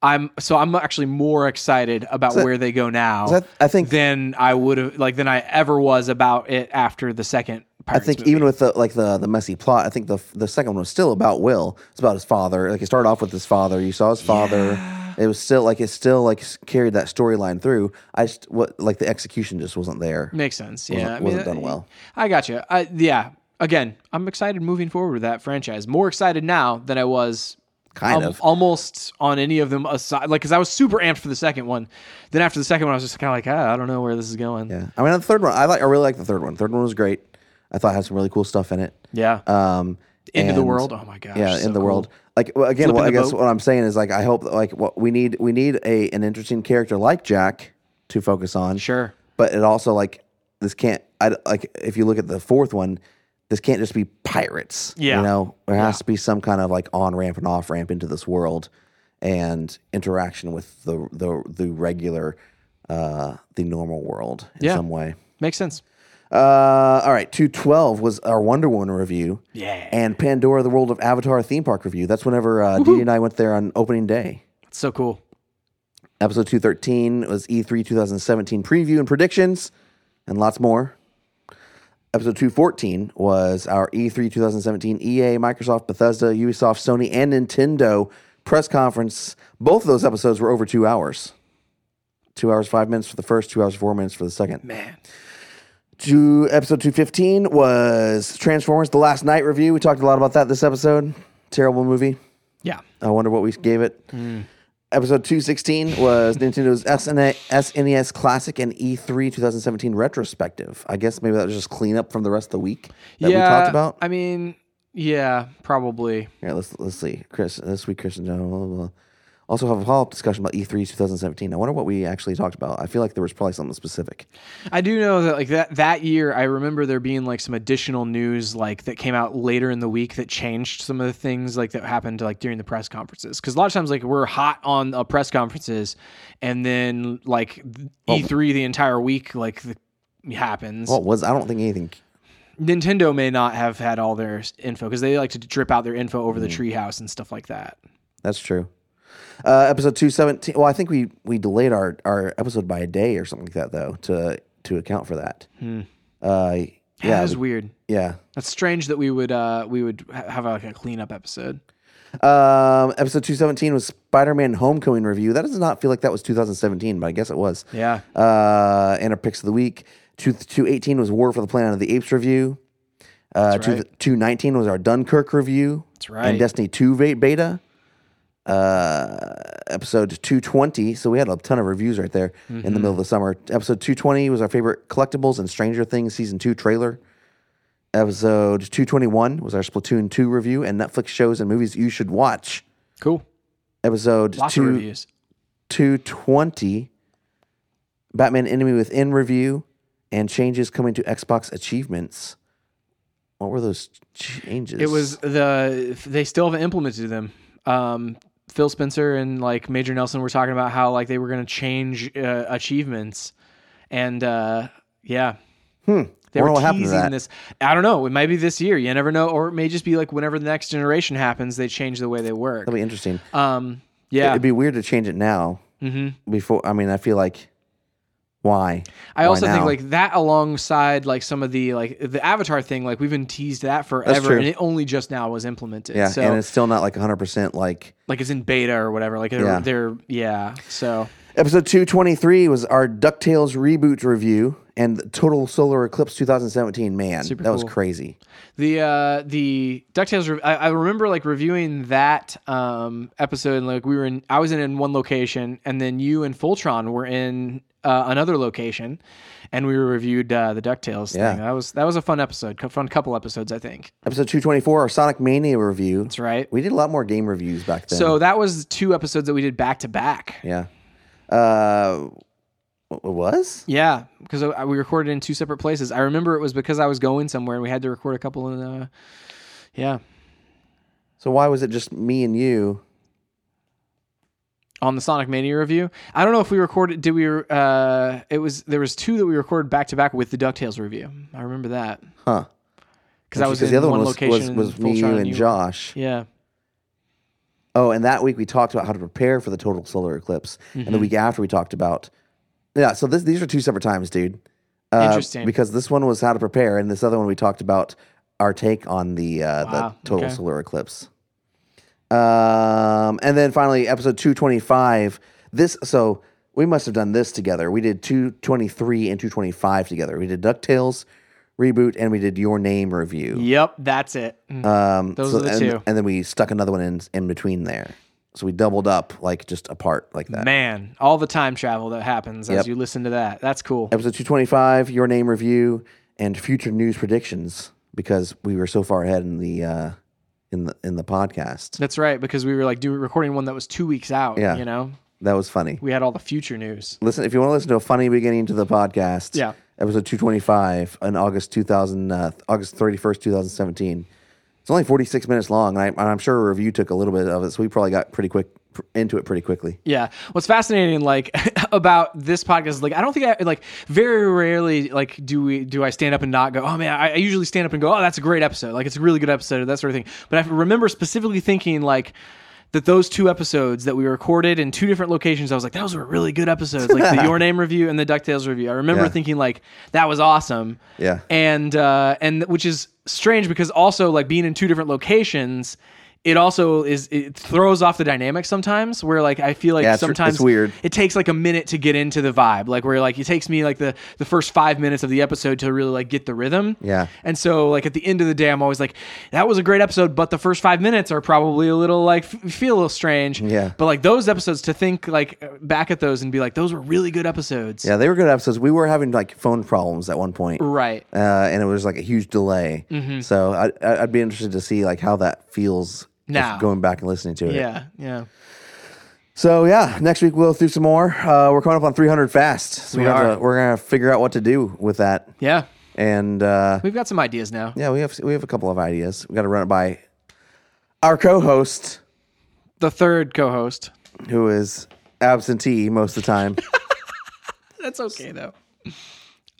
Speaker 1: I'm, so I'm actually more excited about where they go now
Speaker 2: that- I think-
Speaker 1: than I would have, like, than I ever was about it after the second
Speaker 2: I
Speaker 1: Pirates
Speaker 2: think
Speaker 1: movie.
Speaker 2: even with the like the the messy plot, I think the the second one was still about Will. It's about his father. Like it started off with his father. You saw his father. It was still like it still like s- carried that storyline through. I just what like the execution just wasn't there.
Speaker 1: Makes sense.
Speaker 2: Wasn't-
Speaker 1: yeah, I uh,
Speaker 2: wasn't done well.
Speaker 1: I got you. I, yeah. Again, I'm excited moving forward with that franchise. More excited now than I was.
Speaker 2: Kind
Speaker 1: al-
Speaker 2: of.
Speaker 1: almost on any of them aside, like because I was super amped for the second one. Then after the second one, I was just kind of like, ah, I don't know where this is going.
Speaker 2: Yeah. I mean, the third one, I like. I really like the third one. Third one was great. I thought it had some really cool stuff in it.
Speaker 1: Yeah.
Speaker 2: Um,
Speaker 1: Into the
Speaker 2: and-
Speaker 1: world. Oh my gosh.
Speaker 2: yeah,
Speaker 1: so
Speaker 2: in the
Speaker 1: cool.
Speaker 2: world. Like well, again,
Speaker 1: Flipping
Speaker 2: well, I
Speaker 1: the
Speaker 2: guess
Speaker 1: boat.
Speaker 2: what I'm saying is like I hope like what we need we need a an interesting character like Jack to focus on.
Speaker 1: Sure.
Speaker 2: but it also like this can't. I like if you look at the fourth one, this can't just be pirates.
Speaker 1: Yeah.
Speaker 2: you know there has to be some kind of like on ramp and off ramp into this world and interaction with the the the regular uh the normal world in
Speaker 1: Yeah.
Speaker 2: some way.
Speaker 1: Makes sense.
Speaker 2: Uh, all right, 212 was our Wonder Woman review.
Speaker 1: Yeah.
Speaker 2: And Pandora, the World of Avatar theme park review. That's whenever uh, Dee Dee and I went there on opening day.
Speaker 1: It's so cool.
Speaker 2: Episode 213 was E E3 2017 preview and predictions, and lots more. Episode 214 was our E E3 2017 EA, E Microsoft, Bethesda, Ubisoft, Sony, and Nintendo press conference. Both of those episodes were over two hours. Two hours, five minutes for the first, two hours, four minutes for the second.
Speaker 1: Man.
Speaker 2: Two, episode 215 was Transformers The Last Night review. We talked a lot about that this episode. Terrible movie.
Speaker 1: Yeah.
Speaker 2: I wonder what we gave it. Episode 216 was Nintendo's SNA, SNES E Classic and E E3 2017 Retrospective. I guess maybe that was just cleanup from the rest of the week that
Speaker 1: yeah.
Speaker 2: we talked about.
Speaker 1: I mean, yeah, probably.
Speaker 2: Here, let's, let's see. Chris, this week, Chris and John blah, blah, blah. also have a follow up discussion about E E3 2017. I wonder what we actually talked about. I feel like there was probably something specific.
Speaker 1: I do know that like that that year I remember there being like some additional news like that came out later in the week that changed some of the things like that happened like during the press conferences cuz a lot of times like we're hot on uh, press conferences and then like E3 the entire week like the, happens.
Speaker 2: What was, I don't think anything.
Speaker 1: Nintendo may not have had all their s- info cuz they like to drip out their info over the treehouse and stuff like that.
Speaker 2: That's true. Uh, episode 217. Well, I think we, we delayed our, our episode by a day or something like that, though, to, to account for that. Uh,
Speaker 1: Yeah, that
Speaker 2: yeah,
Speaker 1: was weird.
Speaker 2: yeah.
Speaker 1: That's strange that we would uh we would ha- have like a cleanup episode.
Speaker 2: Um, episode 217 was Spider Man Homecoming review. That does not feel like that was 2017, but I guess it was.
Speaker 1: Yeah.
Speaker 2: Uh, and our picks of the week. Two, 218 was War for the Planet of the Apes review. Uh, two,
Speaker 1: right.
Speaker 2: 219 was our Dunkirk review. That's
Speaker 1: right.
Speaker 2: And Destiny 2 ve- beta. Uh, episode 220. So we had a ton of reviews right there
Speaker 1: Mm-hmm.
Speaker 2: in the middle of the summer. Episode 220 was our favorite collectibles and Stranger Things season 2 trailer. Episode 221 was our Splatoon 2 review and Netflix shows and movies you should watch.
Speaker 1: Cool.
Speaker 2: Episode
Speaker 1: Lots
Speaker 2: two,
Speaker 1: of reviews.
Speaker 2: 220 Batman Enemy Within review and changes coming to Xbox achievements. What were those changes?
Speaker 1: It was the they still haven't implemented them. Um, Phil Spencer and like Major Nelson were talking about how like they were going to change uh, achievements, and uh, yeah,
Speaker 2: Hmm.
Speaker 1: they
Speaker 2: Wonder
Speaker 1: were
Speaker 2: what happened to
Speaker 1: teasing
Speaker 2: that.
Speaker 1: this. I don't know. It might be this year. You never know, or it may just be like whenever the next generation happens, they change the way they work.
Speaker 2: That'd be interesting.
Speaker 1: Um, yeah,
Speaker 2: It'd be weird to change it now. Mm-hmm. Before, I mean, I feel like why?
Speaker 1: I
Speaker 2: Why
Speaker 1: also think
Speaker 2: now?
Speaker 1: like that alongside like some of the like the Avatar thing, like we've been teased that forever,
Speaker 2: true.
Speaker 1: and it only just now was implemented.
Speaker 2: yeah,
Speaker 1: so
Speaker 2: and it's still not like 100 percent like
Speaker 1: like it's in beta or whatever. Like they're,
Speaker 2: Yeah.
Speaker 1: they're yeah. So
Speaker 2: Episode 223 was our DuckTales reboot review and Total Solar Eclipse 2017. Man, that was
Speaker 1: cool.
Speaker 2: crazy.
Speaker 1: The uh, the Ducktales. Re- I, I remember like reviewing that um, episode, and like we were in. I was in, in one location, and then you and Fultron were in uh, another location, and we reviewed uh, the Ducktales.
Speaker 2: Yeah.
Speaker 1: thing. that was that was a fun episode, a fun couple episodes, I think.
Speaker 2: Episode 224, our Sonic Mania review.
Speaker 1: That's right.
Speaker 2: We did a lot more game reviews back then.
Speaker 1: So that was two episodes that we did back to back.
Speaker 2: yeah. Uh, it was?
Speaker 1: Yeah, because we recorded in two separate places. I remember it was because I was going somewhere, and we had to record a couple in. Uh, yeah,
Speaker 2: So why was it just me and you?
Speaker 1: on the Sonic Mania review. I don't know if we recorded. Did we? Uh, it was there was two that we recorded back to back with the Ducktales review. I remember that
Speaker 2: Huh.
Speaker 1: because I was in
Speaker 2: the other
Speaker 1: one
Speaker 2: one was,
Speaker 1: location.
Speaker 2: was, was
Speaker 1: and
Speaker 2: me,
Speaker 1: Voltron
Speaker 2: you,
Speaker 1: and
Speaker 2: and
Speaker 1: you-
Speaker 2: Josh.
Speaker 1: Yeah,
Speaker 2: Oh, and that week we talked about how to prepare for the total solar eclipse, and
Speaker 1: Mm-hmm.
Speaker 2: the week after we talked about yeah. So this, these are two separate times, dude. Uh,
Speaker 1: Interesting.
Speaker 2: Because this one was how to prepare, and this other one we talked about our take on the uh,
Speaker 1: Wow,
Speaker 2: the total
Speaker 1: okay.
Speaker 2: solar eclipse. Um, and then finally, episode two twenty five. This so we must have done this together. We did two twenty three and two twenty five together. We did Ducktales reboot, and we did Your Name review.
Speaker 1: yep, that's it. Mm.
Speaker 2: Um,
Speaker 1: Those
Speaker 2: so-
Speaker 1: are the
Speaker 2: and,
Speaker 1: two.
Speaker 2: and then we stuck another one in in between there. So we doubled up like just apart like that.
Speaker 1: Man, all the time travel that happens
Speaker 2: Yep.
Speaker 1: as you listen to that. That's cool.
Speaker 2: Episode two twenty five, your name review and future news predictions because we were so far ahead in the uh, in the in the podcast.
Speaker 1: That's right because we were like doing recording one that was two weeks out.
Speaker 2: Yeah.
Speaker 1: you know,
Speaker 2: That was funny.
Speaker 1: we had all the future news.
Speaker 2: Listen, if you want to listen to a funny beginning to the podcast,
Speaker 1: Yeah.
Speaker 2: episode two twenty five on August two thousand uh, August thirty first two thousand seventeen. It's only forty six minutes long, and, I, and I'm sure a review took a little bit of it, so we probably got pretty quick pr- into it pretty quickly.
Speaker 1: Yeah. What's fascinating, like (laughs) about this podcast, is, like I don't think I like very rarely like do we do I stand up and not go, oh man, I, I usually stand up and go, oh that's a great episode, like it's a really good episode, or that sort of thing. But I remember specifically thinking like that those two episodes that we recorded in two different locations, I was like, those were really good episodes,
Speaker 2: (laughs)
Speaker 1: like the Your Name review and the Ducktales review. I remember
Speaker 2: Yeah.
Speaker 1: thinking like that was awesome.
Speaker 2: Yeah.
Speaker 1: And uh, and which is strange because also like being in two different locations. It also is it throws off the dynamic sometimes where like I feel like
Speaker 2: Yeah, it's-
Speaker 1: sometimes
Speaker 2: it's weird.
Speaker 1: it takes like a minute to get into the vibe like where like it takes me like the the first five minutes of the episode to really like get the rhythm
Speaker 2: Yeah.
Speaker 1: and so like at the end of the day i'm always like that was a great episode but the first five minutes are probably a little like f- feel a little strange
Speaker 2: Yeah.
Speaker 1: but like those episodes to think like back at those and be like those were really good episodes
Speaker 2: Yeah, they were good episodes. We were having like phone problems at one point.
Speaker 1: right
Speaker 2: uh, and it was like a huge delay.
Speaker 1: Mm-hmm.
Speaker 2: So I, I- I'd be interested to see like how that feels just
Speaker 1: Now.
Speaker 2: going back and listening to it.
Speaker 1: yeah yeah
Speaker 2: So yeah, next week we'll do some more. Uh, we're coming up on 300 fast. So
Speaker 1: We
Speaker 2: we're Gonna,
Speaker 1: are.
Speaker 2: we're gonna figure out what to do with that.
Speaker 1: yeah
Speaker 2: And uh,
Speaker 1: we've got some ideas now
Speaker 2: yeah, we have we have a couple of ideas. We got to run it by our co-host
Speaker 1: the third co-host
Speaker 2: who is absentee most of the time.
Speaker 1: that's okay though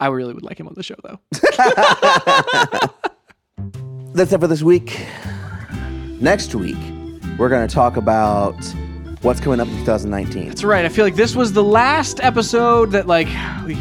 Speaker 1: i really would like him on the show though
Speaker 2: That's it for this week. Next week we're gonna talk about what's coming up in 2019.
Speaker 1: That's right. I feel like this was the last episode that like we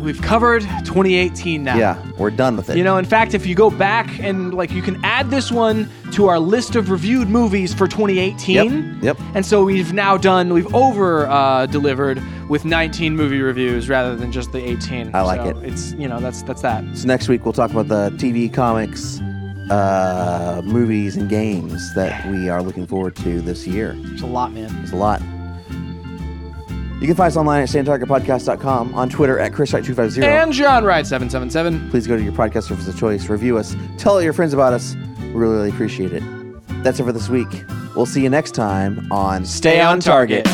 Speaker 1: we've covered 2018 now.
Speaker 2: Yeah, we're done with it.
Speaker 1: You know, in fact, if you go back and like you can add this one to our list of reviewed movies for 2018.
Speaker 2: Yep, yep.
Speaker 1: And so we've now done we've over uh, delivered with 19 movie reviews rather than just the 18.
Speaker 2: I like
Speaker 1: So
Speaker 2: it.
Speaker 1: It's you know that's that's that.
Speaker 2: So next week we'll talk about the TV, comics, uh, movies, and games that we are looking forward to this year.
Speaker 1: It's a lot, man.
Speaker 2: It's a lot. You can find us online at standtargetpodcast.com, on Twitter at ChrisWright250.
Speaker 1: And John Ride 777.
Speaker 2: Please go to your podcast service of choice, review us, tell all your friends about us. We really, really appreciate it. That's it for this week. We'll see you next time on
Speaker 1: Stay on target.